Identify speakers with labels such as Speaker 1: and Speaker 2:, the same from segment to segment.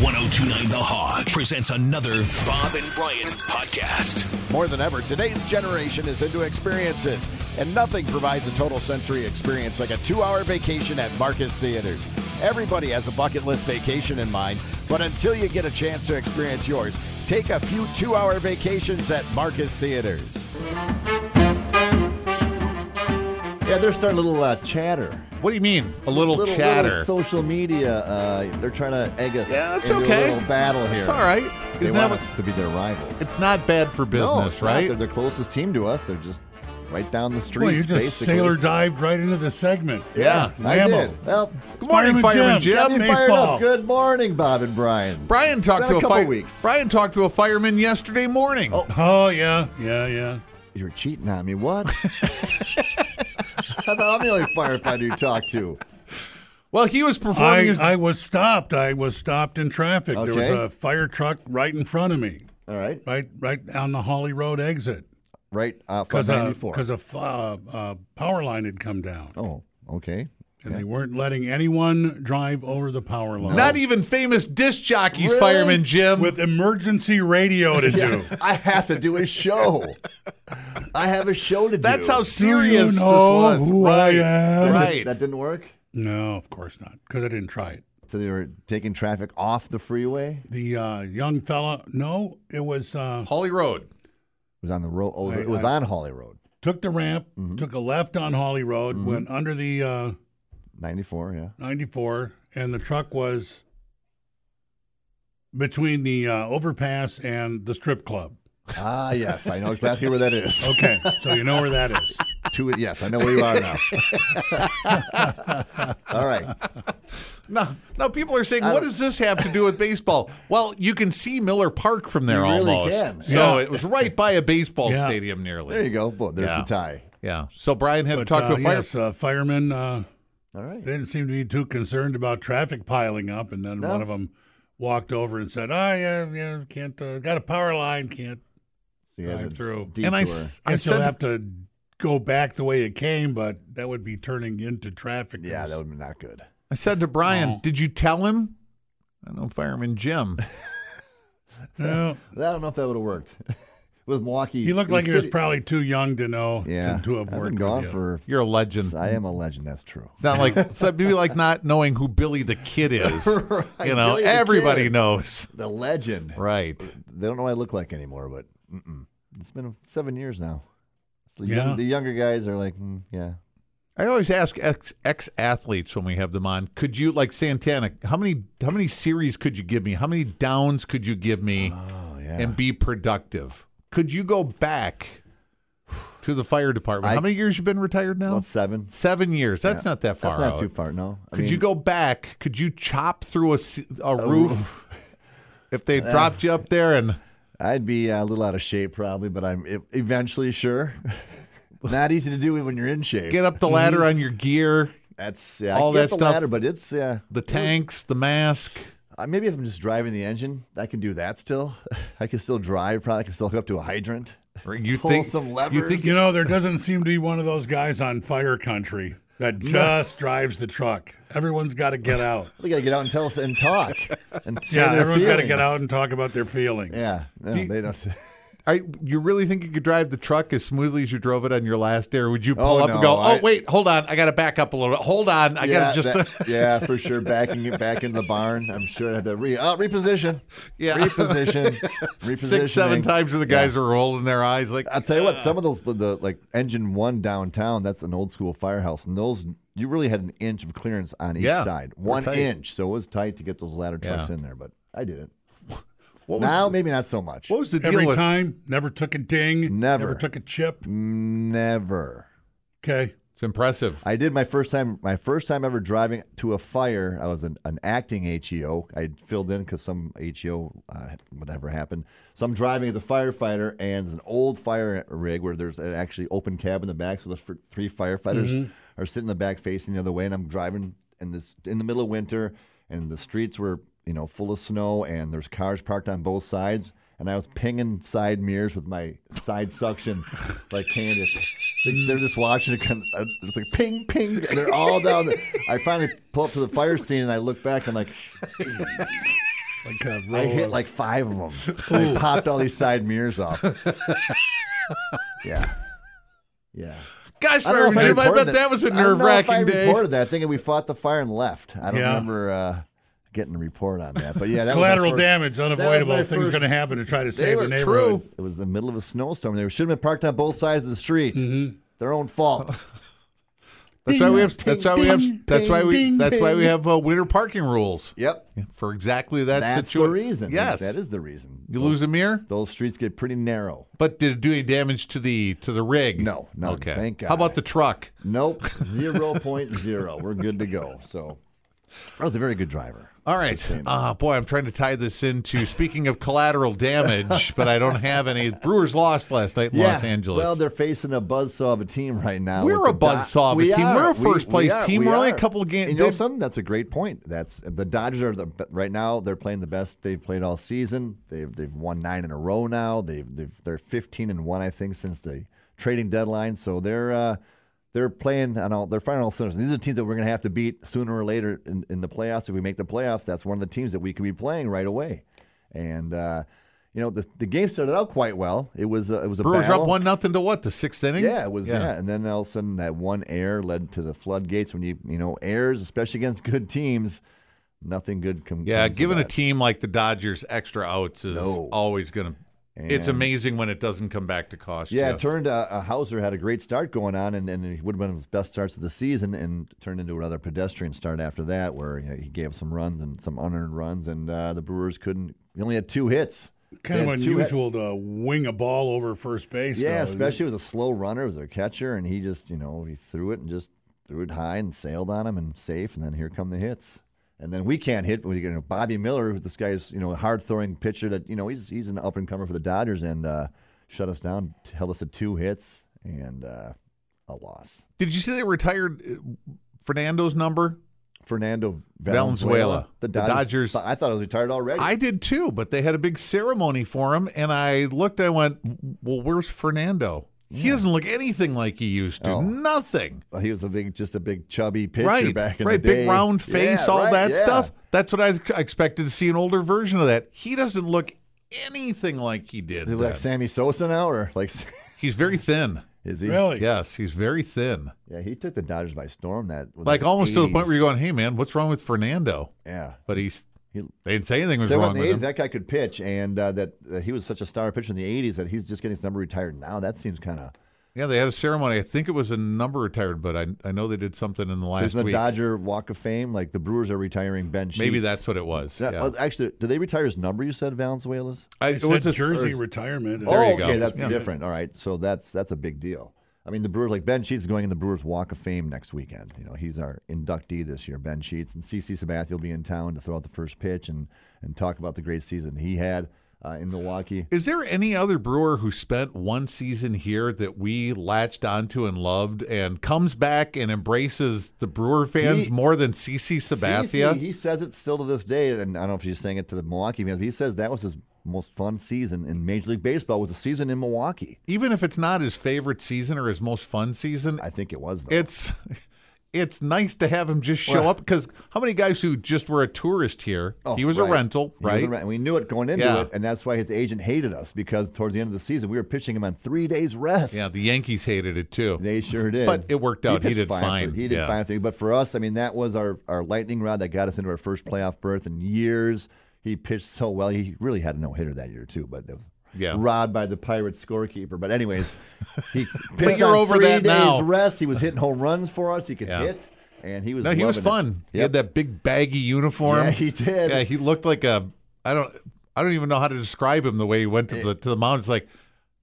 Speaker 1: 1029 The Hog presents another Bob and Brian podcast.
Speaker 2: More than ever, today's generation is into experiences, and nothing provides a total sensory experience like a two hour vacation at Marcus Theaters. Everybody has a bucket list vacation in mind, but until you get a chance to experience yours, take a few two hour vacations at Marcus Theaters.
Speaker 3: Yeah, they're starting a little uh, chatter.
Speaker 4: What do you mean? A little,
Speaker 3: Little,
Speaker 4: chatter.
Speaker 3: little social media. Uh, they're trying to egg us
Speaker 4: Yeah, that's
Speaker 3: into
Speaker 4: okay.
Speaker 3: a little battle here.
Speaker 4: it's all right.
Speaker 3: They
Speaker 4: Isn't that
Speaker 3: want
Speaker 4: what?
Speaker 3: us to be their rivals.
Speaker 4: It's not bad for
Speaker 3: no,
Speaker 4: business,
Speaker 3: it's not.
Speaker 4: right?
Speaker 3: They're the closest team to us. They're just right down the street.
Speaker 5: Well, you just
Speaker 3: basically.
Speaker 5: sailor dived right into the segment.
Speaker 4: Yeah.
Speaker 3: I
Speaker 5: Lambo.
Speaker 3: did. Well,
Speaker 4: Good morning, Fireman
Speaker 5: Fireman
Speaker 4: Jim.
Speaker 5: Jim.
Speaker 3: got me fired
Speaker 5: baseball.
Speaker 3: up. Good morning, Bob and Brian.
Speaker 4: Brian talked
Speaker 3: It's been a
Speaker 4: to a,
Speaker 3: couple
Speaker 4: fire.
Speaker 3: weeks.
Speaker 4: Brian talked to a fireman yesterday morning. Oh,
Speaker 5: Oh yeah, yeah, yeah.
Speaker 3: You're cheating on me. What? I thought I'm the only firefighter you talk to.
Speaker 4: well, he was performing
Speaker 5: I,
Speaker 4: his.
Speaker 5: I was stopped. I was stopped in traffic. There was
Speaker 3: Okay.
Speaker 5: a fire truck right in front of me,
Speaker 3: All right,
Speaker 5: right, right on the Holly Road exit,
Speaker 3: right off of
Speaker 5: because a
Speaker 3: 94.
Speaker 5: because a f- uh, uh, power line had come down,
Speaker 3: oh, okay.
Speaker 5: and they weren't letting anyone drive over the power line.
Speaker 4: not even famous disc jockeys,
Speaker 3: Really?
Speaker 4: Fireman Jim.
Speaker 5: with emergency radio to do.
Speaker 3: I have to do a show. I have a show to do.
Speaker 4: That's how
Speaker 5: Do you
Speaker 4: serious
Speaker 5: know
Speaker 4: this was.
Speaker 5: who I
Speaker 4: right.
Speaker 5: am?
Speaker 4: Right.
Speaker 3: That didn't work.
Speaker 5: No, of course not, because I didn't try it.
Speaker 3: So they were taking traffic off the freeway. It
Speaker 5: The uh, young fella, no, it was uh,
Speaker 4: Holly Road.
Speaker 3: was on the road. Oh,
Speaker 5: I-
Speaker 3: it was
Speaker 5: I-
Speaker 3: on Holly Road,
Speaker 5: took the ramp,
Speaker 3: Mm-hmm.
Speaker 5: took a left on Holly Road, went under the. Uh,
Speaker 3: 94. Yeah.
Speaker 5: 94 and the truck was between the uh, overpass and the strip club
Speaker 3: Ah, yes, I know exactly where that is.
Speaker 5: okay so you know where that is
Speaker 3: Two. Yes, I know where you are now. All right.
Speaker 4: Now, now people are saying, what does this have to do with baseball? Well, you can see Miller Park from there
Speaker 3: You really
Speaker 4: almost.
Speaker 3: can.
Speaker 4: So
Speaker 5: Yeah.
Speaker 4: it was right by a baseball
Speaker 5: Yeah.
Speaker 4: stadium nearly.
Speaker 3: There you go. Boom. There's
Speaker 4: Yeah.
Speaker 3: the tie.
Speaker 4: Yeah. So Brian had
Speaker 5: but,
Speaker 4: talked
Speaker 5: uh,
Speaker 4: to a fire.
Speaker 5: yes, uh, firemen uh,
Speaker 3: All right.
Speaker 5: they didn't seem to be too concerned about traffic piling up and then
Speaker 3: No.
Speaker 5: one of them walked over and said oh yeah yeah can't uh, got a power line can't
Speaker 3: So you had
Speaker 5: Drive
Speaker 3: a
Speaker 5: through.
Speaker 3: detour.
Speaker 4: And I, s- I
Speaker 5: i still
Speaker 4: said,
Speaker 5: have to go back the way it came but that would be turning into traffic
Speaker 3: Yeah, that would be not good.
Speaker 4: I said to Brian,
Speaker 5: No.
Speaker 4: did you tell him? I know Fireman Jim.
Speaker 5: Yeah.
Speaker 3: I don't know if that would have worked. With Milwaukee,
Speaker 5: he looked like he was
Speaker 3: City-
Speaker 5: probably too young to know to-
Speaker 3: Yeah,
Speaker 5: to, have
Speaker 3: I've been
Speaker 5: worked with
Speaker 3: gone
Speaker 5: you.
Speaker 3: for.
Speaker 4: You're a legend.
Speaker 3: I am a legend. That's true.
Speaker 4: It's not like it's maybe like not knowing who Billy the Kid is.
Speaker 3: Right,
Speaker 4: You know,
Speaker 3: Billy the
Speaker 4: everybody
Speaker 3: Kid.
Speaker 4: knows.
Speaker 3: The legend.
Speaker 4: Right.
Speaker 3: They don't know what I look like anymore, but mm-mm. it's been seven years now. So the,
Speaker 5: Yeah.
Speaker 3: young, the younger guys are like, mm, yeah,
Speaker 4: I always ask ex ex athletes when we have them on, could you like Santana, how many how many series could you give me? How many downs could you give me
Speaker 3: oh yeah.
Speaker 4: and be productive? Could you go back to the fire department?
Speaker 3: I-
Speaker 4: how many years you been retired now?
Speaker 3: Well, it's seven.
Speaker 4: Seven years. That's not that far
Speaker 3: That's not
Speaker 4: out.
Speaker 3: too far. No. I
Speaker 4: Could
Speaker 3: mean,
Speaker 4: you go back? Could you chop through a, s- a roof if they dropped you up there? And
Speaker 3: I'd be uh, a little out of shape probably, but I'm e- eventually sure. not easy to do when you're in shape.
Speaker 4: get up the
Speaker 3: Mm-hmm.
Speaker 4: ladder on your gear,
Speaker 3: That's yeah, I
Speaker 4: all
Speaker 3: get
Speaker 4: that
Speaker 3: the
Speaker 4: stuff.
Speaker 3: Ladder, but it's yeah.
Speaker 4: the tanks, the mask.
Speaker 3: Uh, maybe if I'm just driving the engine, I can do that still. I can still drive. Probably I can still hook up to a hydrant.
Speaker 4: Or You
Speaker 3: Pull
Speaker 4: think
Speaker 3: some
Speaker 4: You
Speaker 3: levers.
Speaker 4: think
Speaker 5: You know, there doesn't seem to be one of those guys on fire country that just drives the truck. Everyone's got to get out.
Speaker 3: We gotta get out and tell us and talk. And
Speaker 5: yeah, everyone's got
Speaker 3: got
Speaker 5: to get out and talk about their feelings.
Speaker 3: Yeah, no, they don't.
Speaker 4: I, you really think you could drive the truck as smoothly as you drove it on your last day? Or would you pull
Speaker 3: Oh,
Speaker 4: up and
Speaker 3: no,
Speaker 4: go, oh,
Speaker 3: I-
Speaker 4: wait, hold on. I got to back up a little bit. Hold on. I got to just.
Speaker 3: that- yeah, for sure. Backing it back in the barn. I'm sure I had to re, uh, reposition.
Speaker 4: Yeah.
Speaker 3: Reposition. Reposition.
Speaker 4: Six, seven times the guys are rolling their eyes like,
Speaker 3: I'll tell you what, some of those, the, the like engine one downtown, that's an old school firehouse. And those, you really had an inch of clearance on each
Speaker 4: Yeah,
Speaker 3: side.
Speaker 4: we're
Speaker 3: One
Speaker 4: tight.
Speaker 3: inch. So it was tight to get those ladder trucks
Speaker 4: Yeah.
Speaker 3: in there, but I did it.
Speaker 4: what was,
Speaker 3: Now, maybe not so much.
Speaker 4: what was the deal
Speaker 5: Every
Speaker 4: with
Speaker 5: time, never took a ding,
Speaker 3: Never. Mm.
Speaker 5: never took a chip.
Speaker 3: Never.
Speaker 5: Okay.
Speaker 4: It's impressive.
Speaker 3: I did my first time, my first time ever driving to a fire. I was an, an acting HEO. I filled in because some HEO, uh, whatever happened. So I'm driving as a firefighter, and it's an old fire rig where there's an actually open cab in the back. So the fir- three firefighters are sitting in the back facing the other way, and I'm driving in this in the middle of winter, and the streets were you know full of snow, and there's cars parked on both sides. And I was pinging side mirrors with my side suction, like candy. They- They're just watching it. Come, uh, it's like ping, ping. and they're all down. There. I finally pull up to the fire scene and I look back. I'm like,
Speaker 5: Like a uh, roll
Speaker 3: I hit
Speaker 5: of-
Speaker 3: like five of them. I popped all these side mirrors off. yeah. Yeah.
Speaker 4: Gosh,
Speaker 3: I don't know
Speaker 4: darn,
Speaker 3: if I
Speaker 4: Jim, I
Speaker 3: recorded
Speaker 4: bet that was a
Speaker 3: I don't
Speaker 4: nerve
Speaker 3: know if I
Speaker 4: wracking day.
Speaker 3: recorded that. I think we fought the fire and left. I don't
Speaker 5: Yeah.
Speaker 3: remember uh, getting a report on that. But yeah, that was my
Speaker 5: collateral
Speaker 3: first-
Speaker 5: damage, unavoidable.
Speaker 3: my
Speaker 5: Things
Speaker 3: first-
Speaker 5: going to happen to try to save
Speaker 4: were
Speaker 5: the neighborhood.
Speaker 4: true.
Speaker 3: It was the middle of a snowstorm. They should have been parked on both sides of the street.
Speaker 4: Mm-hmm.
Speaker 3: Their own fault.
Speaker 4: That's why we have. That's why we have. That's why we. That's why we have uh, winter parking rules
Speaker 3: yep.
Speaker 4: for exactly that
Speaker 3: That's the
Speaker 4: situation.
Speaker 3: reason.
Speaker 4: Yes,
Speaker 3: That is the reason.
Speaker 4: You lose a mirror,
Speaker 3: Those streets get pretty narrow.
Speaker 4: but did it do any damage to the to the rig?
Speaker 3: No, none.
Speaker 4: Okay.
Speaker 3: Thank God.
Speaker 4: How about the truck?
Speaker 3: Nope. 0.0. We're good to go. So I was a very good driver.
Speaker 4: All right. Ah, boy, I'm trying to tie this into speaking of collateral damage, but I don't have any. Brewers lost last night in Los Angeles.
Speaker 3: Well, they're facing a buzzsaw of a team right now.
Speaker 4: We're
Speaker 3: with
Speaker 4: a
Speaker 3: the Dod-
Speaker 4: buzzsaw of a
Speaker 3: We
Speaker 4: team.
Speaker 3: are.
Speaker 4: We're a
Speaker 3: We-
Speaker 4: first
Speaker 3: we
Speaker 4: place
Speaker 3: are.
Speaker 4: team.
Speaker 3: We
Speaker 4: We're only
Speaker 3: are.
Speaker 4: a couple of games-
Speaker 3: And you know
Speaker 4: they've-
Speaker 3: something? That's a great point. That's the Dodgers are the, right now. They're playing the best they've played all season. They've they've won nine in a row now. They've, they've they're 15 and one I think since the trading deadline. So they're. Uh, they're playing on all their final centers. These are teams that we're going to have to beat sooner or later in, in the playoffs. If we make the playoffs, that's one of the teams that we could be playing right away. And uh, you know, the, the game started out quite well. It was uh, it was a
Speaker 4: Brewers
Speaker 3: battle.
Speaker 4: up one nothing to what? The sixth inning?
Speaker 3: Yeah, it was. Yeah. and then all of a sudden, that one error led to the floodgates. When you you know errors, especially against good teams, nothing good comes.
Speaker 4: Yeah,
Speaker 3: comes of
Speaker 4: giving a
Speaker 3: that.
Speaker 4: team like the Dodgers extra outs is
Speaker 3: No.
Speaker 4: always going to. It's
Speaker 3: And-
Speaker 4: amazing when it doesn't come back to cost
Speaker 3: Yeah,
Speaker 4: you.
Speaker 3: it turned uh, uh, Hauser had a great start going on, and, and it would have been one of his best starts of the season, and turned into another pedestrian start after that, where you know, he gave up some runs and some unearned runs, and uh, the Brewers couldn't. He only had two hits.
Speaker 5: Kind of
Speaker 3: They had two hits.
Speaker 5: unusual to wing a ball over first base.
Speaker 3: Yeah,
Speaker 5: though.
Speaker 3: especially it was a slow runner. It was a catcher, and he just, you know, he threw it and just threw it high and sailed on him and safe. And then here come the hits. And then we can't hit. We, you know, Bobby Miller, who this guy's, you know, a hard throwing pitcher that, you know, he's he's an up and comer for the Dodgers and uh, shut us down, held us to two hits and uh, a loss.
Speaker 4: Did you see they retired uh, Fernando's number?
Speaker 3: Fernando Valenzuela.
Speaker 4: Valenzuela. The Dodgers-
Speaker 3: th- I thought I was retired already.
Speaker 4: I did too, but they had a big ceremony for him, and I looked. I went, "Well, where's Fernando? He doesn't look anything like he used to.
Speaker 3: Oh.
Speaker 4: Nothing.
Speaker 3: he was a big, just a big chubby pitcher
Speaker 4: right?
Speaker 3: back in
Speaker 4: right?
Speaker 3: the day.
Speaker 4: Big round face,
Speaker 3: Yeah,
Speaker 4: all
Speaker 3: right,
Speaker 4: that
Speaker 3: yeah.
Speaker 4: stuff. That's what I I expected to see an older version of that. He doesn't look anything like he did.
Speaker 3: Is he
Speaker 4: then.
Speaker 3: like Sammy Sosa now, or like
Speaker 4: He's very thin.
Speaker 3: is he?
Speaker 5: Really?
Speaker 4: Yes, he's very thin.
Speaker 3: Yeah, he took the Dodgers by storm. That was
Speaker 4: Like
Speaker 3: in
Speaker 4: almost to the
Speaker 3: 80s.
Speaker 4: point where you're going, "Hey, man, what's wrong with Fernando?"
Speaker 3: yeah.
Speaker 4: But he's
Speaker 3: He-
Speaker 4: they didn't say anything was
Speaker 3: They were
Speaker 4: wrong
Speaker 3: in the
Speaker 4: with
Speaker 3: 80s,
Speaker 4: him.
Speaker 3: that guy could pitch, and uh, that uh, he was such a star pitcher in the 80s that he's just getting his number retired now. That seems kind of.
Speaker 4: Yeah, they had a ceremony. I think it was a number retired, but I I know they did something in the
Speaker 3: So
Speaker 4: last
Speaker 3: isn't the
Speaker 4: week.
Speaker 3: Dodger Walk of Fame like the Brewers are retiring Ben? Sheets.
Speaker 4: Maybe that's what it was.
Speaker 3: That-
Speaker 4: yeah.
Speaker 3: oh, actually, did they retire his number? You said Valenzuela's.
Speaker 4: I,
Speaker 5: It
Speaker 4: it was uh,
Speaker 5: said
Speaker 4: a-
Speaker 5: jersey
Speaker 4: or-
Speaker 5: retirement.
Speaker 3: oh,
Speaker 4: you go.
Speaker 3: okay, that's
Speaker 4: Yeah.
Speaker 3: different. All right, so that's that's a big deal. I mean, the Brewers like Ben Sheets is going in the Brewers Walk of Fame next weekend. You know, he's our inductee this year, Ben Sheets, and CC Sabathia will be in town to throw out the first pitch and and talk about the great season he had uh, in Milwaukee.
Speaker 4: Is there any other brewer who spent one season here that we latched onto and loved and comes back and embraces the Brewer fans
Speaker 3: He-
Speaker 4: more than CC Sabathia?
Speaker 3: CeCe, he says it still to this day, and I don't know if he's saying it to the Milwaukee fans, but he says that was his most fun season in Major League Baseball was the season in Milwaukee.
Speaker 4: Even if it's not his favorite season or his most fun season,
Speaker 3: I think it was. Though.
Speaker 4: it's it's nice to have him just show
Speaker 3: Well-
Speaker 4: up because how many guys who just were a tourist here?
Speaker 3: Oh,
Speaker 4: he was
Speaker 3: right.
Speaker 4: a rental,
Speaker 3: He was
Speaker 4: right?
Speaker 3: a rent- we knew it going into
Speaker 4: Yeah.
Speaker 3: it, and that's why his agent hated us because towards the end of the season we were pitching him on three days rest.
Speaker 4: Yeah, the Yankees hated it too.
Speaker 3: They sure did.
Speaker 4: But it worked out. He
Speaker 3: pitched
Speaker 4: did
Speaker 3: for-
Speaker 4: fine.
Speaker 3: He did
Speaker 4: Yeah.
Speaker 3: fine. For you. But for us, I mean, that was our, our lightning rod that got us into our first playoff berth in years. He pitched so well. He really had a no hitter that year too, but that was
Speaker 4: Yeah.
Speaker 3: rod by the Pirates scorekeeper. But anyways, he pitched
Speaker 4: you're
Speaker 3: on
Speaker 4: over
Speaker 3: three
Speaker 4: that
Speaker 3: days
Speaker 4: now.
Speaker 3: rest. He was hitting home runs for us. He could
Speaker 4: Yeah.
Speaker 3: hit, and he was
Speaker 4: No, he was
Speaker 3: loving it.
Speaker 4: fun. He
Speaker 3: Yep.
Speaker 4: had that big baggy uniform.
Speaker 3: Yeah, he did.
Speaker 4: Yeah, he looked like a I don't I don't even know how to describe him the way he went to the to the mound. It's like,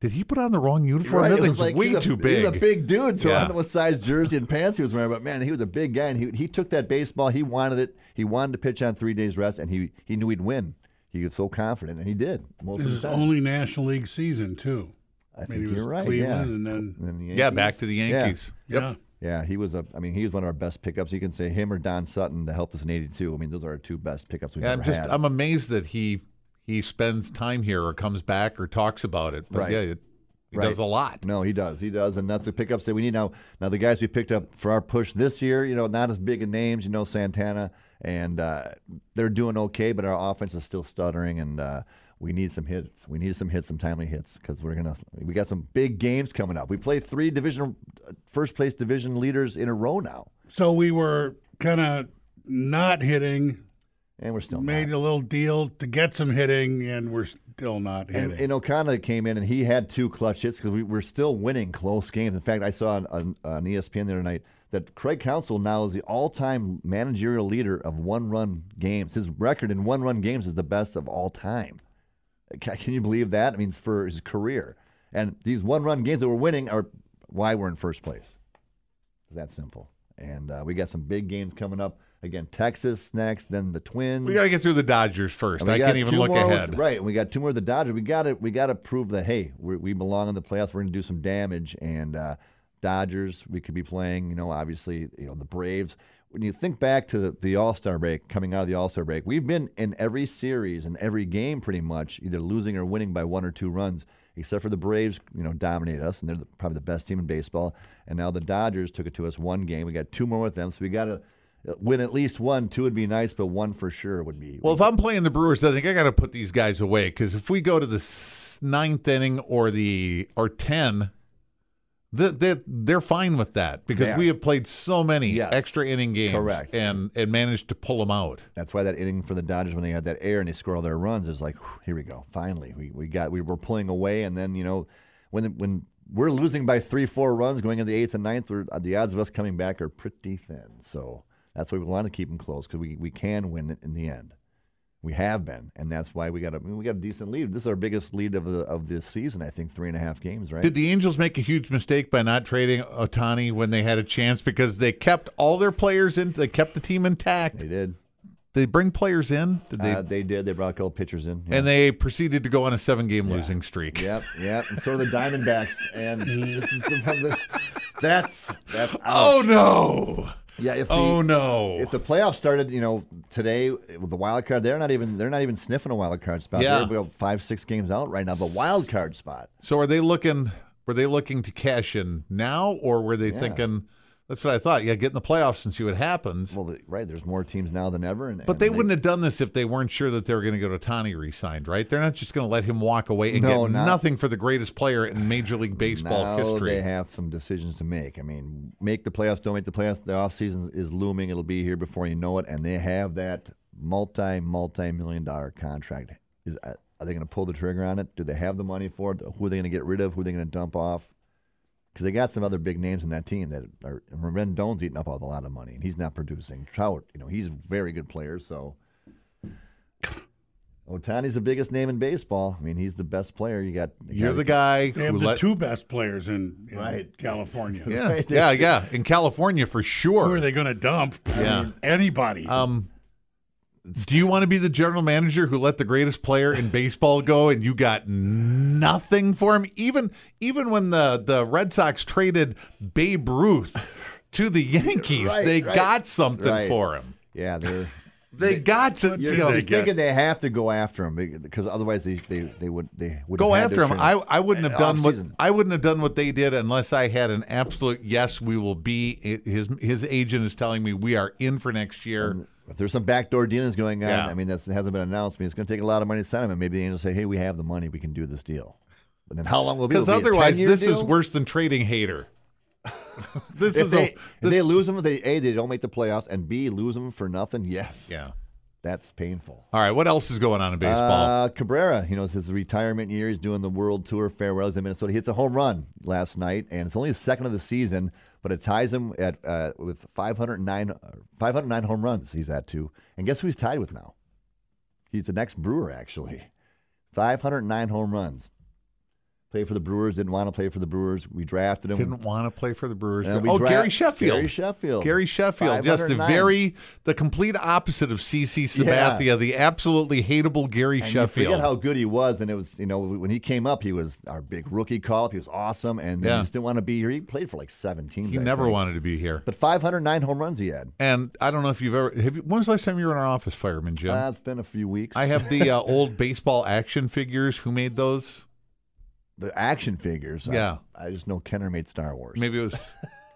Speaker 4: did he put on the wrong uniform?
Speaker 3: Eh. Right, it
Speaker 4: That
Speaker 3: was
Speaker 4: thing's
Speaker 3: like,
Speaker 4: way
Speaker 3: he's a-
Speaker 4: too
Speaker 3: He's
Speaker 4: big.
Speaker 3: a big dude, so I
Speaker 4: Yeah.
Speaker 3: don't know what size jersey and pants he was wearing, but man, he was a big guy, and he he took that baseball. He wanted it. He wanted to pitch on three days rest, and he he knew he'd win. He was so confident, and he did most of the
Speaker 5: His
Speaker 3: time.
Speaker 5: only National League season too.
Speaker 3: I
Speaker 5: mean, he
Speaker 3: think
Speaker 5: was
Speaker 3: you're right.
Speaker 5: Cleveland
Speaker 3: yeah.
Speaker 5: and then-
Speaker 3: And the
Speaker 4: yeah,
Speaker 3: Yankees.
Speaker 4: back to the
Speaker 3: Yeah.
Speaker 4: Yankees.
Speaker 5: Yeah.
Speaker 3: Yeah, he was a. I mean, he was one of our best pickups. You can say him or Don Sutton to help us in '82. I mean, those are our two best pickups we've
Speaker 4: Yeah, I'm
Speaker 3: ever
Speaker 4: just
Speaker 3: had.
Speaker 4: I'm amazed that he he spends time here or comes back or talks about it. But
Speaker 3: Right.
Speaker 4: yeah, it, he
Speaker 3: Right.
Speaker 4: does a lot.
Speaker 3: No, he does. He does, and that's the pickups that we need now. Now the guys we picked up for our push this year, you know, not as big in names, you know, Santana and uh, they're doing okay, but our offense is still stuttering, and uh, we need some hits. We need some hits, some timely hits, because we're gonna we got some big games coming up. We play three division first place division leaders in a row now,
Speaker 5: So we were kind of not hitting,
Speaker 3: and we're still not.
Speaker 5: made a little deal to get some hitting, and we're still not hitting.
Speaker 3: And, and O'Connor came in and he had two clutch hits because we were still winning close games. In fact, I saw on, on, on E ESPN the other night that Craig Council now is the all time managerial leader of one run games. His record in one run games is the best of all time. Ca- Can you believe that? I mean, it's for his career. And these one run games that we're winning are why we're in first place. It's that simple. And uh, we got some big games coming up. Again, Texas next, then the Twins.
Speaker 4: We got to get through the Dodgers first.
Speaker 3: And we
Speaker 4: I
Speaker 3: got
Speaker 4: can't even
Speaker 3: two
Speaker 4: look
Speaker 3: more with-
Speaker 4: ahead.
Speaker 3: right, we got two more of the Dodgers. We got to we got to prove that hey, we, we belong in the playoffs. We're going to do some damage. And uh, Dodgers, we could be playing. You know, obviously, you know the Braves. When you think back to the, the All Star break, coming out of the All Star break, we've been in every series and every game pretty much, either losing or winning by one or two runs. Except for the Braves, you know, dominate us, and they're the, probably the best team in baseball. And now the Dodgers took it to us one game. We got two more with them, so we got to win at least one. Two would be nice, but one for sure would be.
Speaker 4: Well, if I'm playing the Brewers, I think I got to put these guys away because if we go to the s- ninth inning or the or ten, th they, they're fine with that because
Speaker 3: They are.
Speaker 4: we have played so many
Speaker 3: Yes.
Speaker 4: extra inning games
Speaker 3: Correct.
Speaker 4: and and managed to pull them out.
Speaker 3: That's why that inning for the Dodgers when they had that air and they score all their runs is like, whew, here we go, finally, we, we got we were pulling away, and then you know, when when we're losing by three, four runs going into the eighth and ninth, we're, the odds of us coming back are pretty thin. So that's why we want to keep them close because we, we can win it in the end. We have been, and that's why we got a I mean, we got a decent lead. This is our biggest lead of the of this season, I think, three and a half games, right?
Speaker 4: Did the Angels make a huge mistake by not trading Otani when they had a chance because they kept all their players in? They kept the team intact.
Speaker 3: they did.
Speaker 4: They bring players in. Did
Speaker 3: They,
Speaker 4: they?
Speaker 3: uh, they did. They brought a couple pitchers in, yeah.
Speaker 4: and they proceeded to go on a seven-game losing streak.
Speaker 3: Yep, yep. And so are the Diamondbacks, and this is the- that's that's out.
Speaker 4: Oh no!
Speaker 3: yeah. If the,
Speaker 4: Oh no!
Speaker 3: if the playoffs started, you know, today with the wild card, they're not even they're not even sniffing a wild card spot.
Speaker 4: Yeah.
Speaker 3: They're about five six games out right now, but wild card spot.
Speaker 4: So are they looking? Were they looking to cash in now, or were they thinking? That's what I thought. Yeah, get in the playoffs and see what happens.
Speaker 3: Well, the, right. There's more teams now than ever, and
Speaker 4: but they, wouldn't have done this if they weren't sure that they were going to go to Tani re-signed, right? They're not just going to let him walk away and
Speaker 3: No,
Speaker 4: get
Speaker 3: not-
Speaker 4: nothing for the greatest player in Major League Baseball
Speaker 3: now
Speaker 4: history.
Speaker 3: They have some decisions to make. I mean, make the playoffs, don't make the playoffs. The offseason is looming. It'll be here before you know it. And they have that multi, multi million dollar contract. Is uh, Are they going to pull the trigger on it? Do they have the money for it? Who are they going to get rid of? Who are they going to dump off? Because they got some other big names in that team that are. and Rendon's eating up all- a lot of money, and he's not producing. Trout, you know, he's a very good player, so. Otani's the biggest name in baseball. I mean, he's the best player. You got
Speaker 4: You're the guy who
Speaker 5: they have the
Speaker 4: let.
Speaker 5: two best players in, in
Speaker 3: Right.
Speaker 5: California.
Speaker 4: yeah, yeah, yeah. In California for sure.
Speaker 5: Who are they going to dump?
Speaker 4: Yeah.
Speaker 5: anybody.
Speaker 3: Uh,
Speaker 4: Um, do you want to be the general manager who let the greatest player in baseball go and you got nothing for him? Even even when the the Red Sox traded Babe Ruth to the Yankees,
Speaker 3: Right,
Speaker 4: they
Speaker 3: right,
Speaker 4: got something
Speaker 3: right.
Speaker 4: for him.
Speaker 3: Yeah, they're.
Speaker 4: They got to you
Speaker 5: did
Speaker 4: know,
Speaker 5: they
Speaker 3: I'm
Speaker 5: get?
Speaker 3: thinking they have to go after him because otherwise they they, they would they would
Speaker 4: go
Speaker 3: have had
Speaker 4: after
Speaker 3: their
Speaker 4: him.
Speaker 3: chance.
Speaker 4: I, I wouldn't have done what
Speaker 3: Offseason.
Speaker 4: I wouldn't have done what they did unless I had an absolute yes. We will be his his agent is telling me we are in for next year.
Speaker 3: if there's some backdoor dealings going on,
Speaker 4: Yeah.
Speaker 3: I mean that's, that hasn't been announced. I mean it's going to take a lot of money to sign him, and maybe the Angels say, "Hey, we have the money, we can do this deal." But then how long will it be?
Speaker 4: Because
Speaker 3: It'll be a
Speaker 4: otherwise,
Speaker 3: 10-year
Speaker 4: this is
Speaker 3: deal?
Speaker 4: worse than trading hater. this
Speaker 3: If
Speaker 4: is
Speaker 3: they,
Speaker 4: a
Speaker 3: if
Speaker 4: this,
Speaker 3: they lose him, if they a they don't make the playoffs, and b lose him for nothing. Yes,
Speaker 4: Yeah.
Speaker 3: that's painful.
Speaker 4: All right. What else is going on in baseball?
Speaker 3: Uh, Cabrera, you know, it's his retirement year. He's doing the World Tour farewells in Minnesota. He hits a home run last night, and it's only his second of the season, but it ties him at uh, with 509, uh, 509 home runs. He's at two, and guess who he's tied with now? He's the next Brewer, actually. 509 home runs. Played for the Brewers. Didn't want to play for the Brewers. We drafted him.
Speaker 4: Didn't want to play for the Brewers.
Speaker 3: And we
Speaker 4: oh,
Speaker 3: dra-
Speaker 4: Gary Sheffield.
Speaker 3: Gary Sheffield.
Speaker 4: Gary Sheffield. Just the
Speaker 3: 509.
Speaker 4: very, the complete opposite of CC Sabathia, the absolutely hateable Gary
Speaker 3: And You
Speaker 4: Sheffield.
Speaker 3: forget how good he was, and it was you know when he came up, he was our big rookie call up. He was awesome, and then
Speaker 4: Yeah.
Speaker 3: he just didn't want to be here. He played for like seventeen.
Speaker 4: he never wanted to be here.
Speaker 3: But 509 home runs he had.
Speaker 4: And I don't know if you've ever. Have you, when was the last time you were in our office, fireman Jim?
Speaker 3: Uh, it's been a few weeks.
Speaker 4: I have the uh, old baseball action figures. Who made those?
Speaker 3: the action figures. I-
Speaker 4: Yeah.
Speaker 3: I, just know Kenner made Star Wars.
Speaker 4: Maybe it was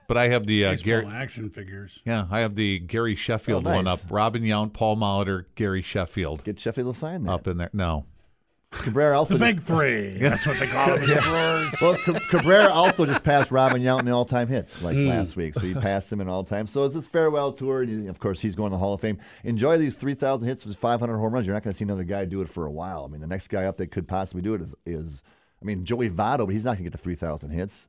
Speaker 4: But I have the uh,
Speaker 5: Baseball
Speaker 4: Gary.
Speaker 5: action figures.
Speaker 4: Yeah, I have the Gary Sheffield
Speaker 3: Oh,
Speaker 4: one
Speaker 3: nice.
Speaker 4: up. Robin Yount, Paul Molitor, Gary Sheffield
Speaker 3: Get Sheffield to sign that.
Speaker 4: up in there. No,
Speaker 3: Cabrera also.
Speaker 5: The big three. That's what they call them. in the drawers.
Speaker 3: well, Ca- Cabrera also just passed Robin Yount in all-time hits like last week, so he passed him in all-time. So it's his farewell tour. and Of course, he's going to the Hall of Fame. Enjoy these 3,000 hits, with 500 home runs. You're not going to see another guy do it for a while. I mean, the next guy up that could possibly do it is, is I mean, Joey Votto, but he's not going to get to 3,000 hits.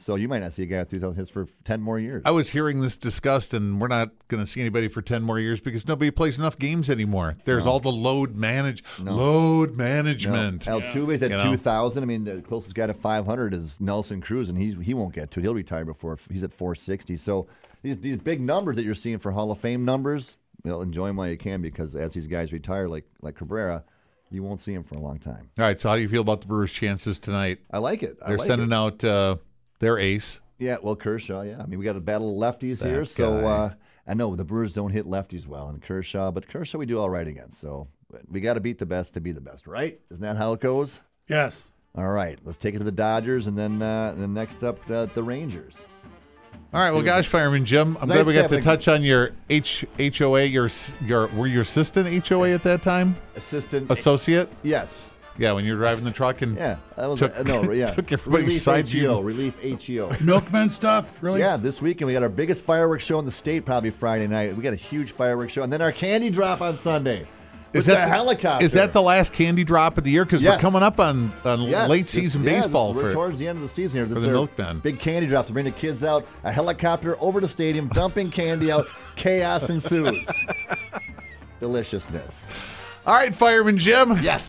Speaker 3: So you might not see a guy with 3,000 hits for 10 more years.
Speaker 4: I was hearing this discussed, and we're not going to see anybody for ten more years because nobody plays enough games anymore. There's all the load manage, load management.
Speaker 3: No, Altuve's at
Speaker 4: You know.
Speaker 3: 2,000. I mean, the closest guy to 500 is Nelson Cruz, and he's, he won't get to it. He'll retire before he's at 460. So these, these big numbers that you're seeing for Hall of Fame numbers, you know, enjoy them while you can because as these guys retire, like, like Cabrera, you won't see them for a long time.
Speaker 4: All right, so how do you feel about the Brewers' chances tonight?
Speaker 3: I like it. I
Speaker 4: They're
Speaker 3: like
Speaker 4: sending
Speaker 3: it.
Speaker 4: out uh, their ace.
Speaker 3: Yeah, well, Kershaw, yeah. I mean, we got a battle of lefties here. So
Speaker 4: guy.
Speaker 3: uh, I know the Brewers don't hit lefties well, and Kershaw, but Kershaw we do all right against. So we got to beat the best to be the best, right? Isn't that how it goes?
Speaker 5: Yes.
Speaker 3: All right, let's take it to the Dodgers, and then uh, and then next up uh, the Rangers.
Speaker 4: All right, well, gosh, Fireman Jim, I'm glad
Speaker 3: nice
Speaker 4: we
Speaker 3: to
Speaker 4: got to
Speaker 3: have a-
Speaker 4: touch on your H HOA. Your s- your were your assistant HOA at that time,
Speaker 3: Assistant,
Speaker 4: associate.
Speaker 3: yes,
Speaker 4: Yeah, when you're driving the truck and
Speaker 3: yeah, that was
Speaker 4: Took-
Speaker 3: uh, no, yeah.
Speaker 4: took everybody's
Speaker 3: relief
Speaker 4: side
Speaker 3: HEO,
Speaker 4: view.
Speaker 3: relief HEO.
Speaker 5: Milkman stuff. Really?
Speaker 3: yeah, this weekend we got our biggest fireworks show in the state, probably Friday night. We got a huge fireworks show, and then our candy drop on Sunday. with the,
Speaker 4: the-
Speaker 3: helicopter?
Speaker 4: Is that the last candy drop of the year? Because we're
Speaker 3: Yes.
Speaker 4: coming up on, on
Speaker 3: Yes,
Speaker 4: late
Speaker 3: this-
Speaker 4: season
Speaker 3: yeah, this-
Speaker 4: baseball
Speaker 3: we're
Speaker 4: for
Speaker 3: towards the end of the season here. This
Speaker 4: the
Speaker 3: is our
Speaker 4: milkmen.
Speaker 3: Big candy drops. We bring the kids out. A helicopter over the stadium, dumping candy out. Chaos ensues. Deliciousness.
Speaker 4: All right, Fireman Jim.
Speaker 3: Yes.